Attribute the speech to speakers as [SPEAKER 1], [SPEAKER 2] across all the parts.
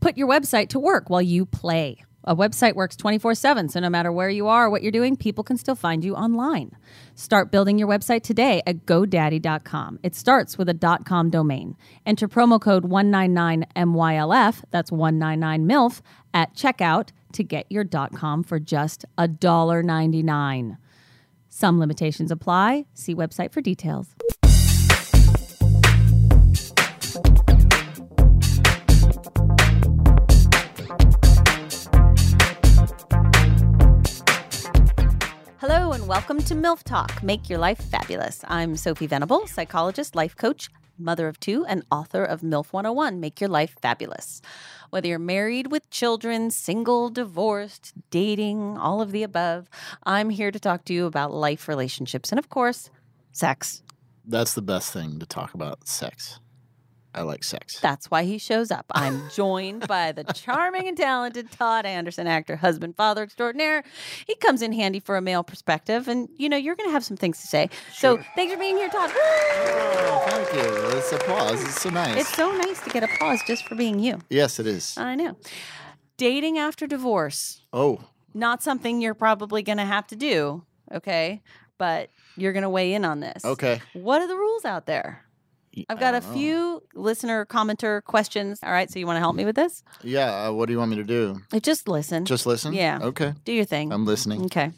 [SPEAKER 1] put your website to work while you play. A website works 24 7, so no matter where you are, or what you're doing, people can still find you online. Start building your website today at GoDaddy.com. It starts with a .com domain. Enter promo code 199MYLF, that's 199MILF, at checkout to get your .com for just $1.99. Some limitations apply. See website for details. Hello and welcome to MILF Talk, Make Your Life Fabulous. I'm Sophie Venable, psychologist, life coach, mother of two, and author of MILF 101, Make Your Life Fabulous. Whether you're married with children, single, divorced, dating, all of the above, I'm here to talk to you about life, relationships, and of course, sex.
[SPEAKER 2] That's the best thing to talk about sex. I like sex.
[SPEAKER 1] That's why he shows up. I'm joined by the charming and talented Todd Anderson, actor, husband, father extraordinaire. He comes in handy for a male perspective, and you know, you're going to have some things to say. So thanks for being here, Todd.
[SPEAKER 2] Oh, thank you. That's applause. It's so nice.
[SPEAKER 1] It's Uh, so nice to get applause just for being you.
[SPEAKER 2] yes, it is.
[SPEAKER 1] I know. Dating after divorce,
[SPEAKER 2] Oh,
[SPEAKER 1] not something you're probably going to have to do, okay? But you're going to weigh in on this.
[SPEAKER 2] okay. Oh.
[SPEAKER 1] What are the rules out there? I've got
[SPEAKER 2] I
[SPEAKER 1] a
[SPEAKER 2] don't know.
[SPEAKER 1] few listener commenter questions. All right, so you want to help me with this?
[SPEAKER 2] Yeah. Uh, what do you want me to do?
[SPEAKER 1] Uh, Just listen.
[SPEAKER 2] Just listen?
[SPEAKER 1] Yeah.
[SPEAKER 2] Okay.
[SPEAKER 1] do your thing.
[SPEAKER 2] I'm listening.
[SPEAKER 1] Okay.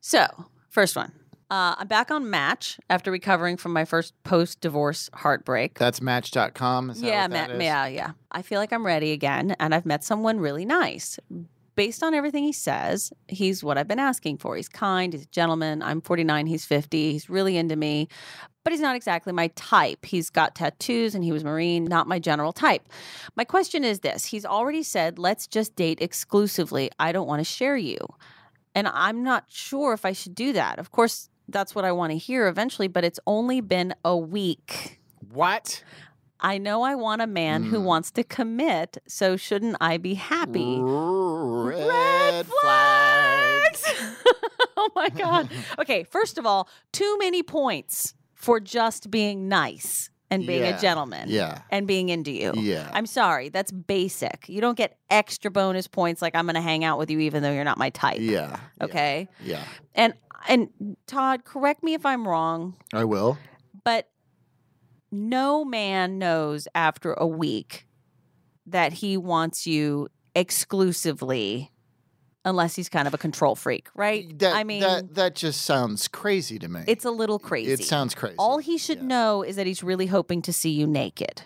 [SPEAKER 1] So, first one. Uh, I'm back on Match after recovering from my first post divorce heartbreak.
[SPEAKER 2] That's match.com. Is that
[SPEAKER 1] yeah,
[SPEAKER 2] what that
[SPEAKER 1] ma-
[SPEAKER 2] is?
[SPEAKER 1] yeah, yeah. I feel like I'm ready again, and I've met someone really nice. Based on everything he says, he's what I've been asking for. He's kind, he's a gentleman. I'm 49, he's 50. He's really into me, but he's not exactly my type. He's got tattoos and he was Marine, not my general type. My question is this He's already said, let's just date exclusively. I don't want to share you. And I'm not sure if I should do that. Of course, that's what I want to hear eventually, but it's only been a week.
[SPEAKER 2] What?
[SPEAKER 1] I know I want a man who
[SPEAKER 2] Mm.
[SPEAKER 1] wants to commit, so shouldn't I be happy?
[SPEAKER 2] Red,
[SPEAKER 1] oh my God. Okay, first of all, too many points for just being nice and being
[SPEAKER 2] Yeah.
[SPEAKER 1] a gentleman
[SPEAKER 2] Yeah.
[SPEAKER 1] and being into you.
[SPEAKER 2] Yeah.
[SPEAKER 1] I'm sorry, that's basic. You don't get extra bonus points like I'm going to hang out with you even though you're not my type.
[SPEAKER 2] yeah.
[SPEAKER 1] Okay?
[SPEAKER 2] Yeah.
[SPEAKER 1] And and Todd, correct me if I'm wrong,
[SPEAKER 2] I will.
[SPEAKER 1] but no man knows after a week that he wants you exclusively unless he's kind of a control freak, right?
[SPEAKER 2] That,
[SPEAKER 1] I mean,
[SPEAKER 2] that, that just sounds crazy to me.
[SPEAKER 1] it's a little crazy.
[SPEAKER 2] It sounds crazy.
[SPEAKER 1] All he should
[SPEAKER 2] Yeah.
[SPEAKER 1] know is that he's really hoping to see you naked.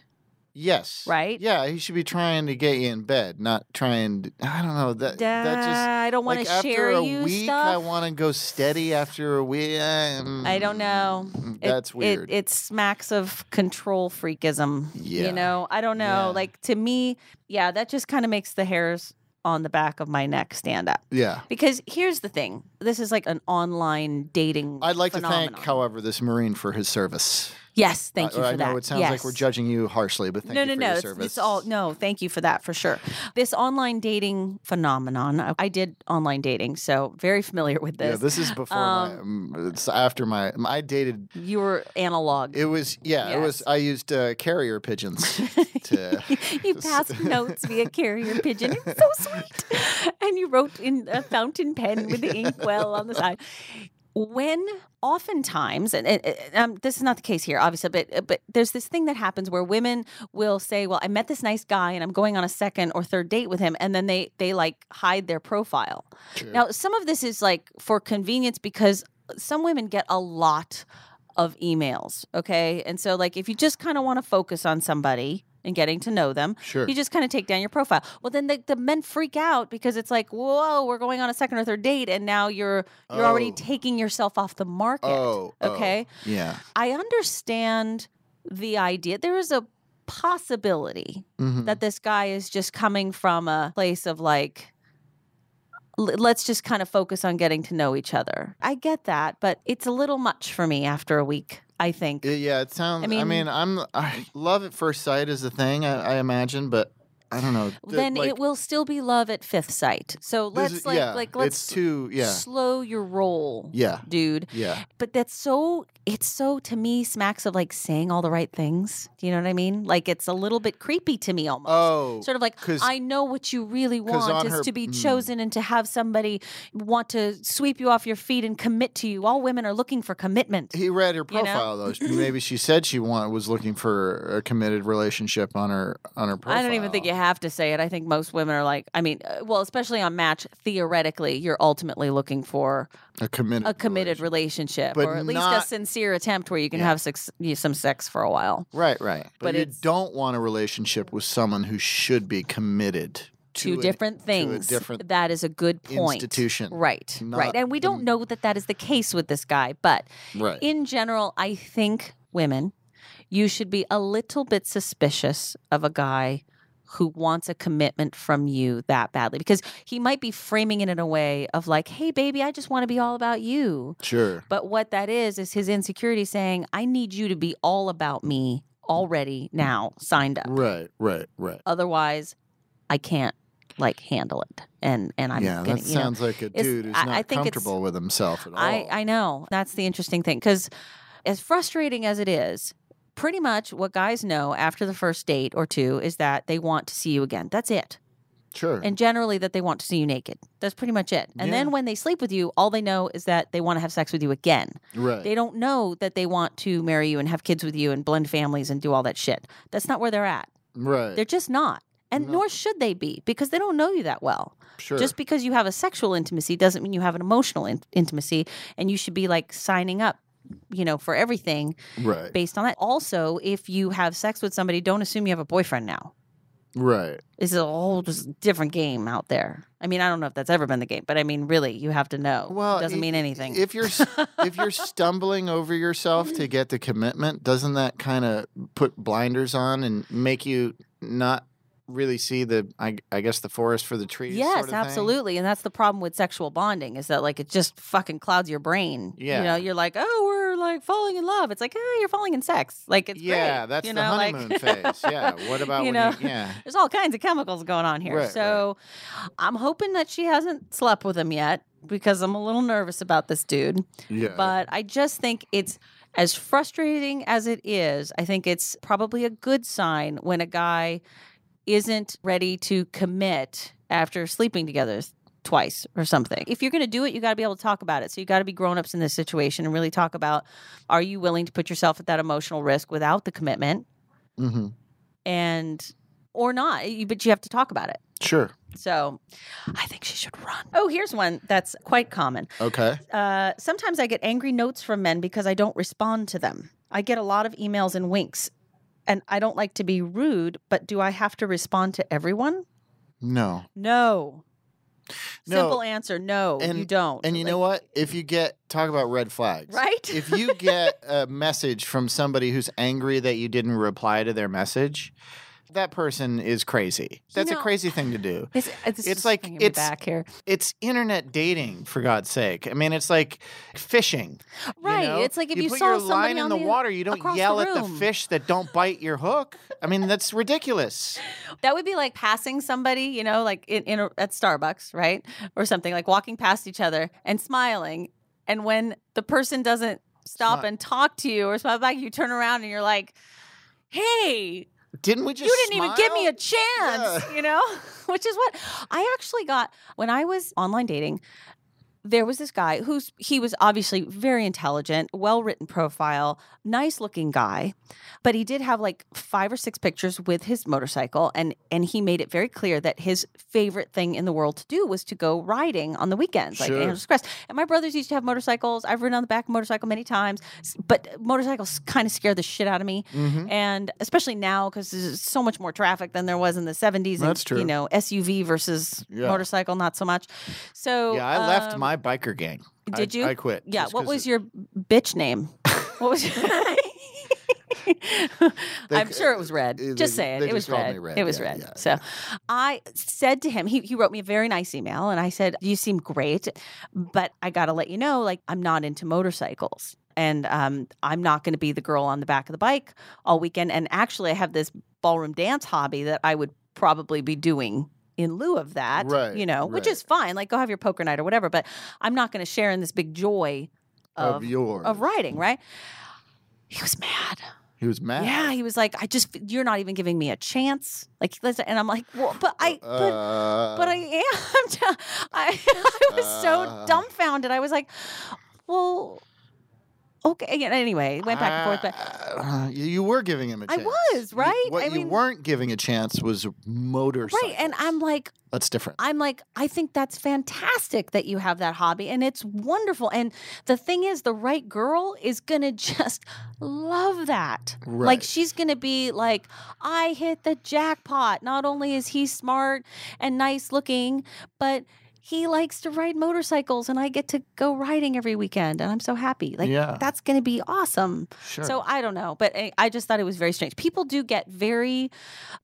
[SPEAKER 2] Yes.
[SPEAKER 1] Right?
[SPEAKER 2] Yeah, he should be trying to get you in bed, not trying to. I don't know that. that just.
[SPEAKER 1] I don't want
[SPEAKER 2] like,
[SPEAKER 1] to share
[SPEAKER 2] after a
[SPEAKER 1] you
[SPEAKER 2] week, I
[SPEAKER 1] stuff.
[SPEAKER 2] want to go steady. After a week,
[SPEAKER 1] I don't know. It-
[SPEAKER 2] mm, That's
[SPEAKER 1] it,
[SPEAKER 2] weird.
[SPEAKER 1] It, smacks of control freakism.
[SPEAKER 2] Yeah.
[SPEAKER 1] You know, I don't know.
[SPEAKER 2] Yeah.
[SPEAKER 1] Like to me, yeah, that just kind of makes the hairs on the back of my neck stand up.
[SPEAKER 2] yeah.
[SPEAKER 1] Because here's the thing this is like an online dating.
[SPEAKER 2] I'd like to
[SPEAKER 1] phenomenon.
[SPEAKER 2] thank, however, this Marine for his service.
[SPEAKER 1] Yes, thank
[SPEAKER 2] I-
[SPEAKER 1] you for
[SPEAKER 2] Uh, I
[SPEAKER 1] that.
[SPEAKER 2] know it sounds like we're
[SPEAKER 1] Yes.
[SPEAKER 2] judging you harshly, but thank
[SPEAKER 1] no,
[SPEAKER 2] you
[SPEAKER 1] no,
[SPEAKER 2] for
[SPEAKER 1] no.
[SPEAKER 2] your
[SPEAKER 1] it's,
[SPEAKER 2] service.
[SPEAKER 1] it's all no. Thank you for that for sure. This online dating phenomenon. I, I did online dating, so very familiar with
[SPEAKER 2] Yeah,
[SPEAKER 1] this.
[SPEAKER 2] this is before my. um, It's after my. I dated.
[SPEAKER 1] you were analog.
[SPEAKER 2] It was yeah. It was.
[SPEAKER 1] Yes.
[SPEAKER 2] I used uh, carrier pigeons. to,
[SPEAKER 1] you passed notes via carrier pigeon. It's so sweet. And you wrote in a fountain pen with the ink well on the side. When oftentimes, and, and- and, um, this is not the case here, obviously, but but there's this thing that happens where women will say, "Well, I met this nice guy, and I'm going on a second or third date with him," and then they they like hide their profile.
[SPEAKER 2] True.
[SPEAKER 1] Now, some of this is like for convenience because some women get a lot of emails, okay? And so, like, if you just kind of want to focus on somebody and getting to know them,
[SPEAKER 2] sure.
[SPEAKER 1] you just kind of take down your profile. Well, then the, the men freak out because it's like, whoa, we're going on a second or third date, and now you're you're already
[SPEAKER 2] Oh.
[SPEAKER 1] taking yourself off the market.
[SPEAKER 2] Oh, oh,
[SPEAKER 1] okay.
[SPEAKER 2] Yeah.
[SPEAKER 1] I understand the idea. There is a possibility
[SPEAKER 2] Mhm.
[SPEAKER 1] that this guy is just coming from a place of like l- let's just kind of focus on getting to know each other. I get that, but it's a little much for me after a week, I think.
[SPEAKER 2] Yeah, yeah, it sounds. I mean, I
[SPEAKER 1] mean-
[SPEAKER 2] am I love at first sight is a thing. I, I imagine, but I don't know. the-
[SPEAKER 1] then
[SPEAKER 2] uh, like,
[SPEAKER 1] it will still be love at fifth sight. So
[SPEAKER 2] this
[SPEAKER 1] let's
[SPEAKER 2] is-
[SPEAKER 1] like
[SPEAKER 2] yeah,
[SPEAKER 1] like let's
[SPEAKER 2] It's too. Yeah.
[SPEAKER 1] slow your roll,
[SPEAKER 2] Yeah.
[SPEAKER 1] dude.
[SPEAKER 2] Yeah.
[SPEAKER 1] But that's so it's so to me smacks of like saying all the right things. Do you know what I mean? Like it's a little bit creepy to me almost.
[SPEAKER 2] Oh,
[SPEAKER 1] sort of like
[SPEAKER 2] 'cause-
[SPEAKER 1] I know what you really
[SPEAKER 2] 'cause
[SPEAKER 1] want
[SPEAKER 2] on
[SPEAKER 1] is
[SPEAKER 2] her-
[SPEAKER 1] to be
[SPEAKER 2] mm.
[SPEAKER 1] chosen and to have somebody want to sweep you off your feet and commit to you. All women are looking for commitment.
[SPEAKER 2] he read her
[SPEAKER 1] You know?
[SPEAKER 2] profile though. Maybe she said she want, was looking for a committed relationship on her on her profile.
[SPEAKER 1] I don't even think you have to say it. I think most women are like, I mean, uh, well, especially on Match, theoretically, you're ultimately looking for
[SPEAKER 2] a committed
[SPEAKER 1] a committed relationship
[SPEAKER 2] But
[SPEAKER 1] or at least
[SPEAKER 2] not-
[SPEAKER 1] a sincere attempt where you can
[SPEAKER 2] Yeah.
[SPEAKER 1] have sex, you- some sex for a while.
[SPEAKER 2] Right, right. But,
[SPEAKER 1] But
[SPEAKER 2] you
[SPEAKER 1] it's-
[SPEAKER 2] don't want a relationship with someone who should be committed to
[SPEAKER 1] Two
[SPEAKER 2] an
[SPEAKER 1] different things.
[SPEAKER 2] different
[SPEAKER 1] that is a good point.
[SPEAKER 2] institution.
[SPEAKER 1] Right, right.
[SPEAKER 2] not
[SPEAKER 1] And we
[SPEAKER 2] the-
[SPEAKER 1] don't know that that is the case with this guy, but
[SPEAKER 2] Right.
[SPEAKER 1] in general, I think women, you should be a little bit suspicious of a guy who wants a commitment from you that badly because he might be framing it in a way of like, hey, baby, I just want to be all about you.
[SPEAKER 2] sure.
[SPEAKER 1] But what that is, is his insecurity saying, I need you to be all about me already now, signed up.
[SPEAKER 2] Right, right, right.
[SPEAKER 1] Otherwise, I can't like handle it. And, and I'm
[SPEAKER 2] yeah,
[SPEAKER 1] gonna,
[SPEAKER 2] that
[SPEAKER 1] you know,
[SPEAKER 2] sounds like a
[SPEAKER 1] it's-
[SPEAKER 2] dude who's
[SPEAKER 1] I- I
[SPEAKER 2] not
[SPEAKER 1] think it's-
[SPEAKER 2] comfortable with himself at all.
[SPEAKER 1] I, I know. That's the interesting thing. Because as frustrating as it is, pretty much what guys know after the first date or two is that they want to see you again. That's it.
[SPEAKER 2] sure.
[SPEAKER 1] And generally, that they want to see you naked. That's pretty much it. And
[SPEAKER 2] Yeah.
[SPEAKER 1] then when they sleep with you, all they know is that they want to have sex with you again.
[SPEAKER 2] right.
[SPEAKER 1] They don't know that they want to marry you and have kids with you and blend families and do all that shit. That's not where they're at.
[SPEAKER 2] right.
[SPEAKER 1] They're just not. And
[SPEAKER 2] No.
[SPEAKER 1] nor should they be because they don't know you that well.
[SPEAKER 2] sure.
[SPEAKER 1] Just because you have a sexual intimacy doesn't mean you have an emotional in- intimacy, and you should be like signing up, you know, for everything
[SPEAKER 2] right.
[SPEAKER 1] based on that. Also, if you have sex with somebody, don't assume you have a boyfriend now.
[SPEAKER 2] Right.
[SPEAKER 1] This is a whole just different game out there. I mean, I don't know if that's ever been the game, but I mean, really, you have to know.
[SPEAKER 2] Well,
[SPEAKER 1] it doesn't
[SPEAKER 2] i-
[SPEAKER 1] mean anything.
[SPEAKER 2] If you're s- if you're stumbling over yourself to get the commitment, doesn't that kind of put blinders on and make you not really see the I, I guess the forest for the trees?
[SPEAKER 1] yes,
[SPEAKER 2] sort of thing?
[SPEAKER 1] absolutely, and that's the problem with sexual bonding is that like it just fucking clouds your brain.
[SPEAKER 2] Yeah.
[SPEAKER 1] you know, you're like, oh, we're like falling in love. It's like, oh, you're falling in sex. Like it's great,
[SPEAKER 2] yeah, that's
[SPEAKER 1] you
[SPEAKER 2] the
[SPEAKER 1] know, like-
[SPEAKER 2] honeymoon phase. Yeah. What about
[SPEAKER 1] You
[SPEAKER 2] when
[SPEAKER 1] know?
[SPEAKER 2] you yeah.
[SPEAKER 1] There's all kinds of chemicals going on here.
[SPEAKER 2] Right,
[SPEAKER 1] so I'm hoping that she hasn't slept with him yet because I'm a little nervous about this dude.
[SPEAKER 2] Yeah.
[SPEAKER 1] But I just think it's as frustrating as it is, I think it's probably a good sign when a guy isn't ready to commit after sleeping together twice or something. If you're going to do it, you got to be able to talk about it. So you got to be grown-ups in this situation and really talk about are you willing to put yourself at that emotional risk without the commitment
[SPEAKER 2] Mhm.
[SPEAKER 1] and or not, You- but you have to talk about it.
[SPEAKER 2] Sure.
[SPEAKER 1] So I think she should run. Oh, here's one that's quite common.
[SPEAKER 2] Okay.
[SPEAKER 1] Uh, sometimes I get angry notes from men because I don't respond to them. I get a lot of emails and winks, and I don't like to be rude, but do I have to respond to everyone?
[SPEAKER 2] No.
[SPEAKER 1] No.
[SPEAKER 2] No.
[SPEAKER 1] Simple answer no, you
[SPEAKER 2] And-
[SPEAKER 1] don't.
[SPEAKER 2] And you
[SPEAKER 1] Like-
[SPEAKER 2] know what? If you get talk about red flags.
[SPEAKER 1] Right?
[SPEAKER 2] if you get a message from somebody who's angry that you didn't reply to their message, that person is crazy. That's
[SPEAKER 1] know-
[SPEAKER 2] a crazy thing to do.
[SPEAKER 1] It's, it's,
[SPEAKER 2] It's like-
[SPEAKER 1] bringing me
[SPEAKER 2] it's-
[SPEAKER 1] back here,
[SPEAKER 2] It's internet dating, for God's sake. I mean, it's like fishing. you
[SPEAKER 1] right?
[SPEAKER 2] know?
[SPEAKER 1] It's like if you,
[SPEAKER 2] put
[SPEAKER 1] saw
[SPEAKER 2] your
[SPEAKER 1] somebody
[SPEAKER 2] line in
[SPEAKER 1] on
[SPEAKER 2] the, water, you don't
[SPEAKER 1] across the
[SPEAKER 2] yell at the
[SPEAKER 1] room.
[SPEAKER 2] fish that don't bite your hook. I mean, that's ridiculous.
[SPEAKER 1] That would be like passing somebody, you know, like in, in a, at Starbucks, right, or something, like walking past each other and smiling, and when the person doesn't stop
[SPEAKER 2] Smi-
[SPEAKER 1] and talk to you or smile back, you turn around and you're like, "Hey,
[SPEAKER 2] Didn't we just?
[SPEAKER 1] you didn't even give me a
[SPEAKER 2] smile?
[SPEAKER 1] chance,"
[SPEAKER 2] Yeah.
[SPEAKER 1] you know, which is what I actually got when I was online dating. There was this guy who's he was obviously very intelligent, well written profile, nice looking guy but he did have like five or six pictures with his motorcycle and and he made it very clear that his favorite thing in the world to do was to go riding on the weekends like
[SPEAKER 2] Sure.
[SPEAKER 1] Angeles Crest. And my brothers used to have motorcycles. I've ridden on the back of a motorcycle many times, s- but motorcycles kind of scare the shit out of me.
[SPEAKER 2] Mhm.
[SPEAKER 1] And especially now because there's so much more traffic than there was in the 70s. and,
[SPEAKER 2] That's true.
[SPEAKER 1] You know, SUV versus
[SPEAKER 2] Yeah.
[SPEAKER 1] motorcycle, not so much. So
[SPEAKER 2] Yeah, I left
[SPEAKER 1] um,
[SPEAKER 2] my biker gang. I-
[SPEAKER 1] did you?
[SPEAKER 2] I quit.
[SPEAKER 1] Yeah.
[SPEAKER 2] just
[SPEAKER 1] What
[SPEAKER 2] 'cause
[SPEAKER 1] was
[SPEAKER 2] it-
[SPEAKER 1] your bitch name? What was your? I'm sure it was red.
[SPEAKER 2] they-
[SPEAKER 1] just saying,
[SPEAKER 2] they
[SPEAKER 1] it was
[SPEAKER 2] just called
[SPEAKER 1] red.
[SPEAKER 2] me Red,
[SPEAKER 1] It was
[SPEAKER 2] yeah,
[SPEAKER 1] red.
[SPEAKER 2] yeah,
[SPEAKER 1] so, I said to him, he he wrote me a very nice email, and I said, "You seem great, but I gotta let you know, like I'm not into motorcycles." And um, I'm not going to be the girl on the back of the bike all weekend. And actually, I have this ballroom dance hobby that I would probably be doing in lieu of that,
[SPEAKER 2] Right,
[SPEAKER 1] you know, which
[SPEAKER 2] right.
[SPEAKER 1] is fine. Like, go have your poker night or whatever. But I'm not going to share in this big joy of
[SPEAKER 2] of
[SPEAKER 1] um,
[SPEAKER 2] yours.
[SPEAKER 1] of writing, right? He was mad.
[SPEAKER 2] He was mad.
[SPEAKER 1] Yeah, he was like, "I just you're not even giving me a chance." Like, listen, and I'm like, "Well, but I, but,
[SPEAKER 2] Uh,
[SPEAKER 1] but I am." t- I, I was so
[SPEAKER 2] Uh.
[SPEAKER 1] dumbfounded. I was like, "Well, okay." And anyway, it went back and forth, but
[SPEAKER 2] Uh, you- you were giving him a
[SPEAKER 1] I
[SPEAKER 2] chance.
[SPEAKER 1] was,
[SPEAKER 2] You-
[SPEAKER 1] right?
[SPEAKER 2] what
[SPEAKER 1] I
[SPEAKER 2] you
[SPEAKER 1] mean-
[SPEAKER 2] weren't giving a chance was motorcycles.
[SPEAKER 1] right, and I'm like,
[SPEAKER 2] that's different.
[SPEAKER 1] I'm like, I think that's fantastic that you have that hobby, and it's wonderful. And the thing is, the right girl is gonna just love that.
[SPEAKER 2] right.
[SPEAKER 1] Like she's going to be like, I hit the jackpot. Not only is he smart and nice looking, but he likes to ride motorcycles and I get to go riding every weekend and I'm so happy. Like
[SPEAKER 2] yeah,
[SPEAKER 1] that's going to be awesome.
[SPEAKER 2] sure.
[SPEAKER 1] So I don't know, but I- I just thought it was very strange. People do get very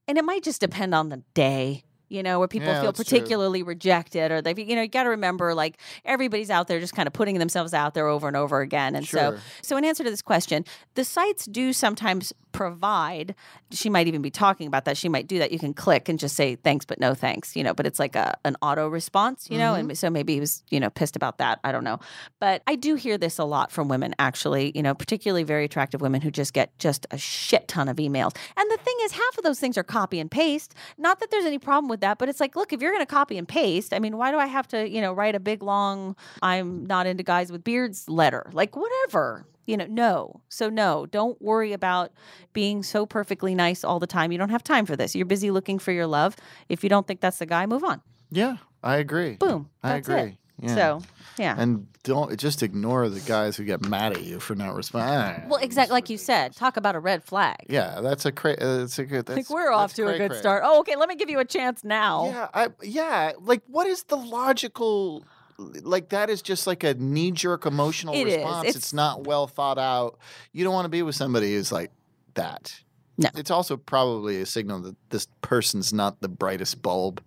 [SPEAKER 1] and it might just depend on the day. You know, where people
[SPEAKER 2] Yeah,
[SPEAKER 1] feel
[SPEAKER 2] that's true.
[SPEAKER 1] particularly rejected, or they, you know, you got to remember, like everybody's out there just kind of putting themselves out there over and over again, and so
[SPEAKER 2] sure.
[SPEAKER 1] so, in answer to this question, the sites do sometimes provide, she might even be talking about that. She might do that. You can click and just say thanks, but no thanks, you know, but it's like a, an auto response, you know? And so maybe he was, you know, pissed about that. I don't know. But I do hear this a lot from women, actually, you know, particularly very attractive women who just get just a shit ton of emails. And the thing is, half of those things are copy and paste. Not that there's any problem with that, but it's like, look, if you're going to copy and paste, I mean, why do I have to, you know, write a big, long, I'm not into guys with beards letter. Like, whatever. You know, no. So, no, don't worry about being so perfectly nice all the time. You don't have time for this. You're busy looking for your love. If you don't think that's the guy, move on.
[SPEAKER 2] yeah, I agree.
[SPEAKER 1] Boom.
[SPEAKER 2] I
[SPEAKER 1] That's
[SPEAKER 2] agree.
[SPEAKER 1] It.
[SPEAKER 2] Yeah.
[SPEAKER 1] So, yeah.
[SPEAKER 2] and don't just ignore the guys who get mad at you for not responding.
[SPEAKER 1] well, exactly like you said, talk about a red flag.
[SPEAKER 2] Yeah, that's a cra- uh, that's a good. That's,
[SPEAKER 1] like, we're off
[SPEAKER 2] that's
[SPEAKER 1] to a good
[SPEAKER 2] cray-cray.
[SPEAKER 1] start. Oh, okay. Let me give you a chance now.
[SPEAKER 2] Yeah, I, yeah. Like, what is the logical? Like that is just like a knee jerk emotional
[SPEAKER 1] It is.
[SPEAKER 2] response.
[SPEAKER 1] It's-
[SPEAKER 2] It's, not well thought out. You don't want to be with somebody who's like that.
[SPEAKER 1] No.
[SPEAKER 2] It's also probably a signal that this person's not the brightest bulb.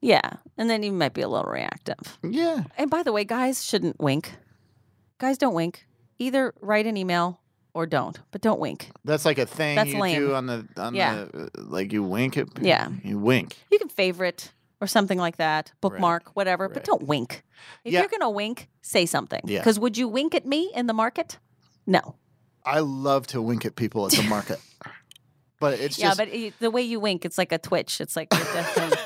[SPEAKER 1] yeah. And then you might be a little reactive.
[SPEAKER 2] Yeah.
[SPEAKER 1] And by the way, guys shouldn't wink. Guys don't wink. Either write an email or don't, but don't wink.
[SPEAKER 2] That's like a thing
[SPEAKER 1] That's
[SPEAKER 2] you
[SPEAKER 1] lame.
[SPEAKER 2] do on the on
[SPEAKER 1] Yeah.
[SPEAKER 2] the uh, like you wink at
[SPEAKER 1] Yeah.
[SPEAKER 2] You wink.
[SPEAKER 1] You can favorite or something like that, bookmark, whatever, but
[SPEAKER 2] Right.
[SPEAKER 1] don't wink. If
[SPEAKER 2] Yeah.
[SPEAKER 1] you're going to wink, say something.
[SPEAKER 2] Yeah.
[SPEAKER 1] Because would you wink at me in the market? No.
[SPEAKER 2] I love to wink at people at the market. but it's
[SPEAKER 1] yeah,
[SPEAKER 2] just
[SPEAKER 1] but it, the way you wink, it's like a twitch. It's like you're definitely-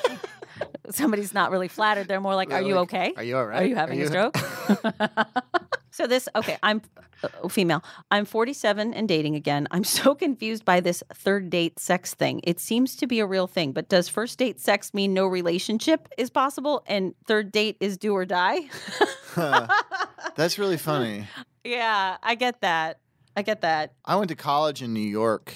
[SPEAKER 1] somebody's not really flattered. They're more like, are
[SPEAKER 2] They're
[SPEAKER 1] you
[SPEAKER 2] like,
[SPEAKER 1] okay?
[SPEAKER 2] Are you all right?
[SPEAKER 1] Are you having a stroke? so this okay, I'm uh, female. I'm 47 and dating again. I'm so confused by this third date sex thing. It seems to be a real thing, but does first date sex mean no relationship is possible and third date is do or die?
[SPEAKER 2] That's really funny.
[SPEAKER 1] yeah, I get that. I get that.
[SPEAKER 2] I went to college in New York,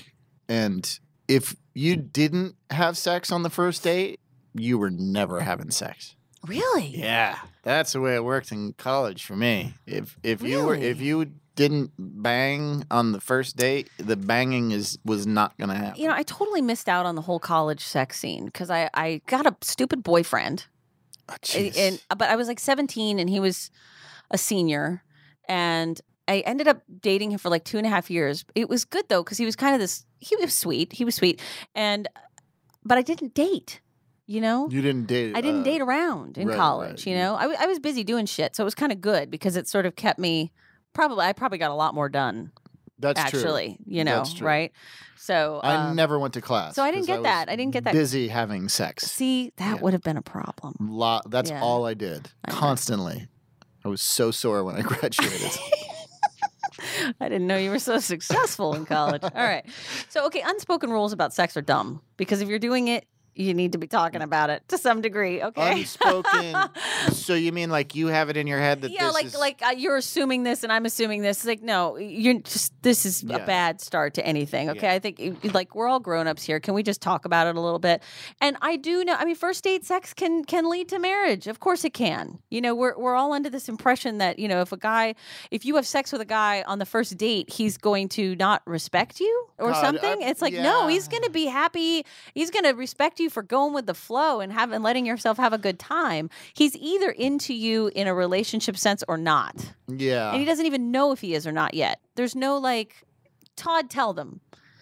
[SPEAKER 2] and if you didn't have sex on the first date, you were never having sex.
[SPEAKER 1] Really?
[SPEAKER 2] Yeah, that's the way it worked in college for me. If if you were if
[SPEAKER 1] Really?
[SPEAKER 2] you didn't bang on the first date, the banging is was not gonna happen.
[SPEAKER 1] You know, I totally missed out on the whole college sex scene because I, I got a stupid boyfriend
[SPEAKER 2] Oh,
[SPEAKER 1] and,
[SPEAKER 2] jeez.
[SPEAKER 1] and but I was like 17 and he was a senior and I ended up dating him for like two and a half years. It was good though because he was kind of this he was sweet. He was sweet and but I didn't date, you know?
[SPEAKER 2] you didn't date.
[SPEAKER 1] I didn't
[SPEAKER 2] uh,
[SPEAKER 1] date around in
[SPEAKER 2] right,
[SPEAKER 1] college,
[SPEAKER 2] right.
[SPEAKER 1] you
[SPEAKER 2] You-
[SPEAKER 1] know? I, w- I was busy doing shit. So it was kind of good because it sort of kept me probably I probably got a lot more done
[SPEAKER 2] That's
[SPEAKER 1] actually, you know,
[SPEAKER 2] That's true.
[SPEAKER 1] right? So
[SPEAKER 2] true. I
[SPEAKER 1] um,
[SPEAKER 2] never went to class.
[SPEAKER 1] so I didn't
[SPEAKER 2] 'cause
[SPEAKER 1] get
[SPEAKER 2] was
[SPEAKER 1] that. I didn't get that.
[SPEAKER 2] Busy having sex.
[SPEAKER 1] See, that
[SPEAKER 2] Yeah.
[SPEAKER 1] would have been a problem.
[SPEAKER 2] lot that's
[SPEAKER 1] Yeah.
[SPEAKER 2] all i did
[SPEAKER 1] I know.
[SPEAKER 2] constantly i was so sore when i graduated
[SPEAKER 1] I didn't know you were so successful in college. All right. So, okay, unspoken rules about sex are dumb because if you're doing it, you need to be talking about it to some degree, okay?
[SPEAKER 2] unspoken so you mean like you have it in your head that
[SPEAKER 1] yeah,
[SPEAKER 2] this
[SPEAKER 1] like
[SPEAKER 2] is-
[SPEAKER 1] like uh, you're assuming this and I'm assuming this. It's like no, you're just this is a
[SPEAKER 2] Yeah.
[SPEAKER 1] bad start to anything. Okay,
[SPEAKER 2] Yeah.
[SPEAKER 1] I think you- like we're all grown ups here. Can we just talk about it a little bit? And I do know. I mean, first date sex can can lead to marriage. Of course, it can. You know, we're we're all under this impression that you know if a guy, if you have sex with a guy on the first date, he's going to not respect you or
[SPEAKER 2] God, I-
[SPEAKER 1] something. it's like no,
[SPEAKER 2] yeah.
[SPEAKER 1] he's going to be happy. He's going to respect you for going with the flow and having letting yourself have a good time. He's either into you in a relationship sense or not. And
[SPEAKER 2] yeah
[SPEAKER 1] he doesn't even know if he is or not yet. There's no like, Todd, tell them.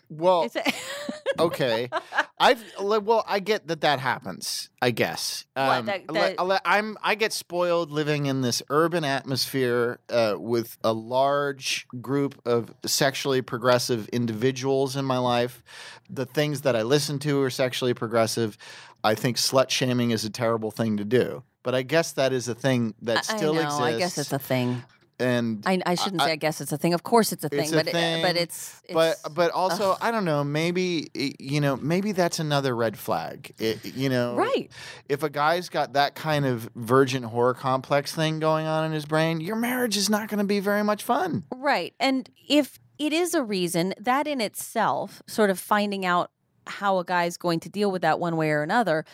[SPEAKER 2] Well,
[SPEAKER 1] It's a-
[SPEAKER 2] okay. I've like, well, I get that that happens. I guess.
[SPEAKER 1] What,
[SPEAKER 2] Um,
[SPEAKER 1] that-
[SPEAKER 2] le-
[SPEAKER 1] that-
[SPEAKER 2] le- I'm I get spoiled living in this urban atmosphere uh, with a large group of sexually progressive individuals in my life. The things that I listen to are sexually progressive. I think slut shaming is a terrible thing to do. But I guess that is a thing that
[SPEAKER 1] I
[SPEAKER 2] still
[SPEAKER 1] know.
[SPEAKER 2] exists.
[SPEAKER 1] I guess it's a thing.
[SPEAKER 2] and
[SPEAKER 1] I, I shouldn't say I guess it's a thing. Of course, it's a thing.
[SPEAKER 2] It's a
[SPEAKER 1] but It,
[SPEAKER 2] thing,
[SPEAKER 1] but it's, it's
[SPEAKER 2] but but also
[SPEAKER 1] ugh.
[SPEAKER 2] I don't know maybe y- you know maybe that's another red flag It- you know
[SPEAKER 1] right.
[SPEAKER 2] if a guy's got that kind of virgin horror complex thing going on in his brain your marriage is not going to be very much fun
[SPEAKER 1] Right. And if it is a reason, that in itself, sort of finding out how a guy's going to deal with that one way or another,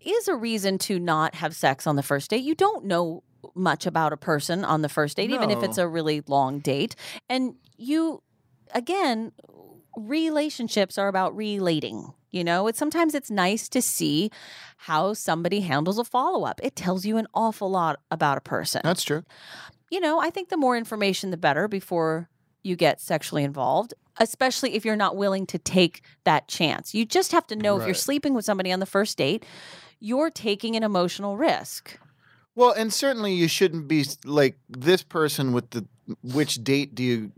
[SPEAKER 1] is a reason to not have sex on the first date. You don't know much about a person on the first date, even if it's
[SPEAKER 2] No.
[SPEAKER 1] a really long date. And you, again, relationships are about relating. You know, it's sometimes it's nice to see how somebody handles a follow up. It tells you an awful lot about a person
[SPEAKER 2] that's true
[SPEAKER 1] you know, I think the more information, the better before you get sexually involved, especially if you're not willing to take that chance. You just have to know if you're
[SPEAKER 2] Right.
[SPEAKER 1] sleeping with somebody on the first date, you're taking an emotional risk.
[SPEAKER 2] well and certainly you shouldn't be like this person with the which date do you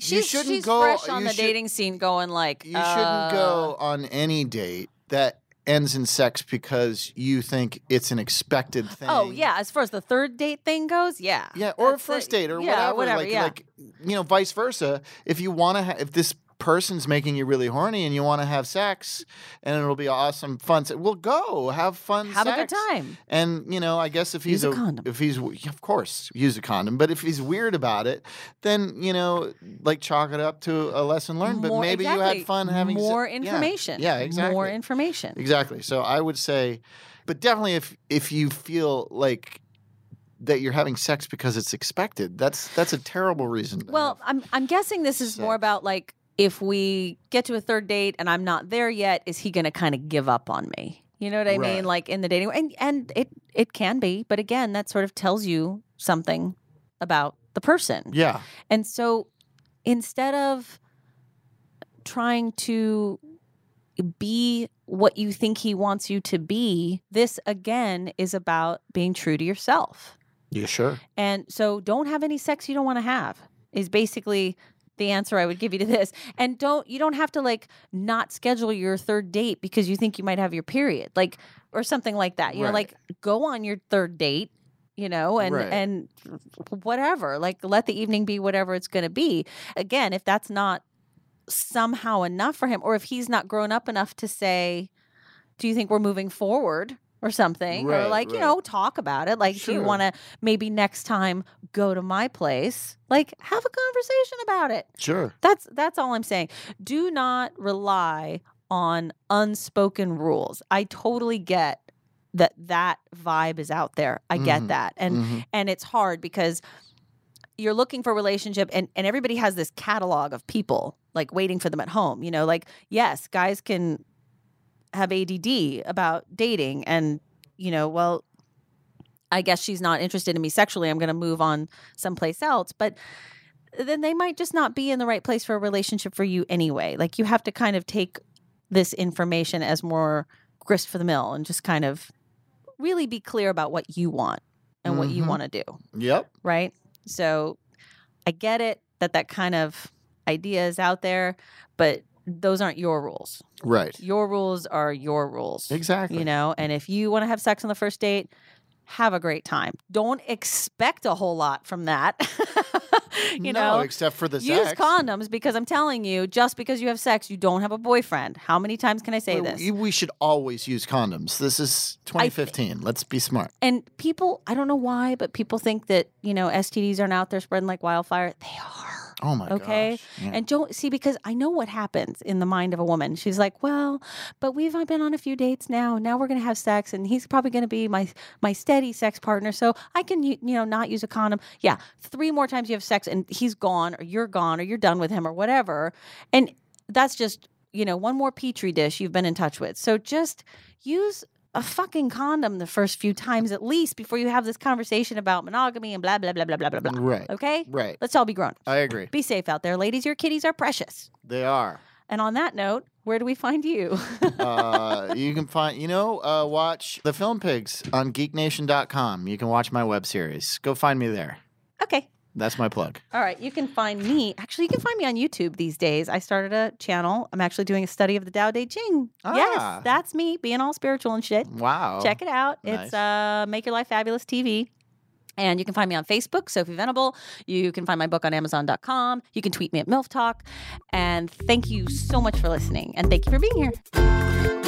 [SPEAKER 1] She's,
[SPEAKER 2] you shouldn't
[SPEAKER 1] she's
[SPEAKER 2] go
[SPEAKER 1] fresh on
[SPEAKER 2] you
[SPEAKER 1] the
[SPEAKER 2] should-
[SPEAKER 1] dating scene going like,
[SPEAKER 2] you shouldn't go
[SPEAKER 1] Uh.
[SPEAKER 2] on any date that ends in sex because you think it's an expected thing
[SPEAKER 1] uh, Oh, yeah. As far as the third date thing goes, yeah.
[SPEAKER 2] Yeah, or a
[SPEAKER 1] Uh, That's
[SPEAKER 2] first
[SPEAKER 1] it.
[SPEAKER 2] date or
[SPEAKER 1] Yeah,
[SPEAKER 2] whatever.
[SPEAKER 1] whatever,
[SPEAKER 2] like,
[SPEAKER 1] yeah.
[SPEAKER 2] like you know, vice versa. If you want to, ha- if this person's making you really horny and you want to have sex, and it'll be awesome fun. Se- well, go have fun.
[SPEAKER 1] Have a good
[SPEAKER 2] sex.
[SPEAKER 1] time.
[SPEAKER 2] And you know, I guess if he's
[SPEAKER 1] Use a condom.
[SPEAKER 2] if he's of course use a condom, but if he's weird about it, then you know, like chalk it up to a lesson learned. but
[SPEAKER 1] More-
[SPEAKER 2] maybe you
[SPEAKER 1] exactly.
[SPEAKER 2] had fun having se-
[SPEAKER 1] more
[SPEAKER 2] yeah,
[SPEAKER 1] information.
[SPEAKER 2] Yeah, exactly.
[SPEAKER 1] More information.
[SPEAKER 2] Exactly. So I would say, but definitely if if you feel like that you're having sex because it's expected, that's that's a terrible reason. to
[SPEAKER 1] Well,
[SPEAKER 2] have.
[SPEAKER 1] I'm I'm guessing this is more
[SPEAKER 2] Sex.
[SPEAKER 1] about like if we get to a third date and I'm not there yet, is he going to kind of give up on me? You know what I
[SPEAKER 2] Right.
[SPEAKER 1] mean? Like in the dating, and and it it can be, but again, that sort of tells you something about the person.
[SPEAKER 2] yeah,
[SPEAKER 1] And so instead of trying to be what you think he wants you to be, this again is about being true to yourself.
[SPEAKER 2] yeah, sure.
[SPEAKER 1] And so don't have any sex you don't want to have is basically the answer I would give you to this. And don't you don't have to like not schedule your third date because you think you might have your period. Like or something like that. You know,
[SPEAKER 2] Right.
[SPEAKER 1] like go on your third date, you know, and
[SPEAKER 2] Right.
[SPEAKER 1] and whatever. Like let the evening be whatever it's gonna be. Again, if that's not somehow enough for him, or if he's not grown up enough to say, Do you think we're moving forward? Or something, or
[SPEAKER 2] Right,
[SPEAKER 1] like you
[SPEAKER 2] right.
[SPEAKER 1] know, Oh, talk about it. Like, do you
[SPEAKER 2] Sure.
[SPEAKER 1] want to maybe next time go to my place like have a conversation about it
[SPEAKER 2] Sure.
[SPEAKER 1] that's that's all i'm saying do not rely on unspoken rules i totally get that that vibe is out there i get
[SPEAKER 2] Mhm.
[SPEAKER 1] that and
[SPEAKER 2] Mhm.
[SPEAKER 1] and it's hard because you're looking for a relationship and, and everybody has this catalog of people like waiting for them at home you know like yes guys can have add about dating and you know well i guess she's not interested in me sexually i'm going to move on someplace else but then they might just not be in the right place for a relationship for you anyway like you have to kind of take this information as more grist for the mill and just kind of really be clear about what you want and what you
[SPEAKER 2] Mhm.
[SPEAKER 1] want to do
[SPEAKER 2] Yep.
[SPEAKER 1] right? So I get it that that kind of idea is out there, but those aren't your rules.
[SPEAKER 2] Right.
[SPEAKER 1] Your rules are your rules.
[SPEAKER 2] Exactly.
[SPEAKER 1] You know, and if you want to have sex on the first date, have a great time. Don't expect a whole lot from that. you
[SPEAKER 2] no,
[SPEAKER 1] know,
[SPEAKER 2] except for the
[SPEAKER 1] use
[SPEAKER 2] sex.
[SPEAKER 1] condoms because I'm telling you, just because you have sex, you don't have a boyfriend. How many times can I say
[SPEAKER 2] Well,
[SPEAKER 1] this?
[SPEAKER 2] we- We should always use condoms. This is 2015. Let's be smart.
[SPEAKER 1] and people, I don't know why, but people think that, you know, STDs aren't out there spreading like wildfire. They are.
[SPEAKER 2] Oh my
[SPEAKER 1] Okay.
[SPEAKER 2] gosh. Yeah.
[SPEAKER 1] And don't see because I know what happens in the mind of a woman. She's like, "Well, but we've I've been on a few dates now. Now we're going to have sex and he's probably going to be my my steady sex partner, so I can you you know not use a condom." Yeah, three more times you have sex and he's gone or you're gone or you're done with him or whatever. And that's just, you know, one more petri dish you've been in touch with. So just use a fucking condom the first few times at least before you have this conversation about monogamy and blah blah blah blah blah blah blah.
[SPEAKER 2] right.
[SPEAKER 1] Okay?
[SPEAKER 2] Right.
[SPEAKER 1] Let's all be grown.
[SPEAKER 2] I agree.
[SPEAKER 1] Be safe out there, ladies. Your kitties are precious.
[SPEAKER 2] They are.
[SPEAKER 1] And on that note, where do we find you?
[SPEAKER 2] uh, you can find, you know, uh, watch the film pigs on geeknation.com. You can watch my web series. Go find me there.
[SPEAKER 1] okay.
[SPEAKER 2] That's my plug.
[SPEAKER 1] All right, you can find me. Actually, you can find me on YouTube these days. I started a channel. I'm actually doing a study of the Tao Te Ching.
[SPEAKER 2] Ah.
[SPEAKER 1] Yes, that's me being all spiritual and shit.
[SPEAKER 2] Wow.
[SPEAKER 1] Check it out. It's
[SPEAKER 2] nice.
[SPEAKER 1] uh, Make Your Life Fabulous TV. And you can find me on Facebook, Sophie Venable. You can find my book on Amazon.com. You can tweet me at MILF Talk. And thank you so much for listening. And thank you for being here.
[SPEAKER 2] out.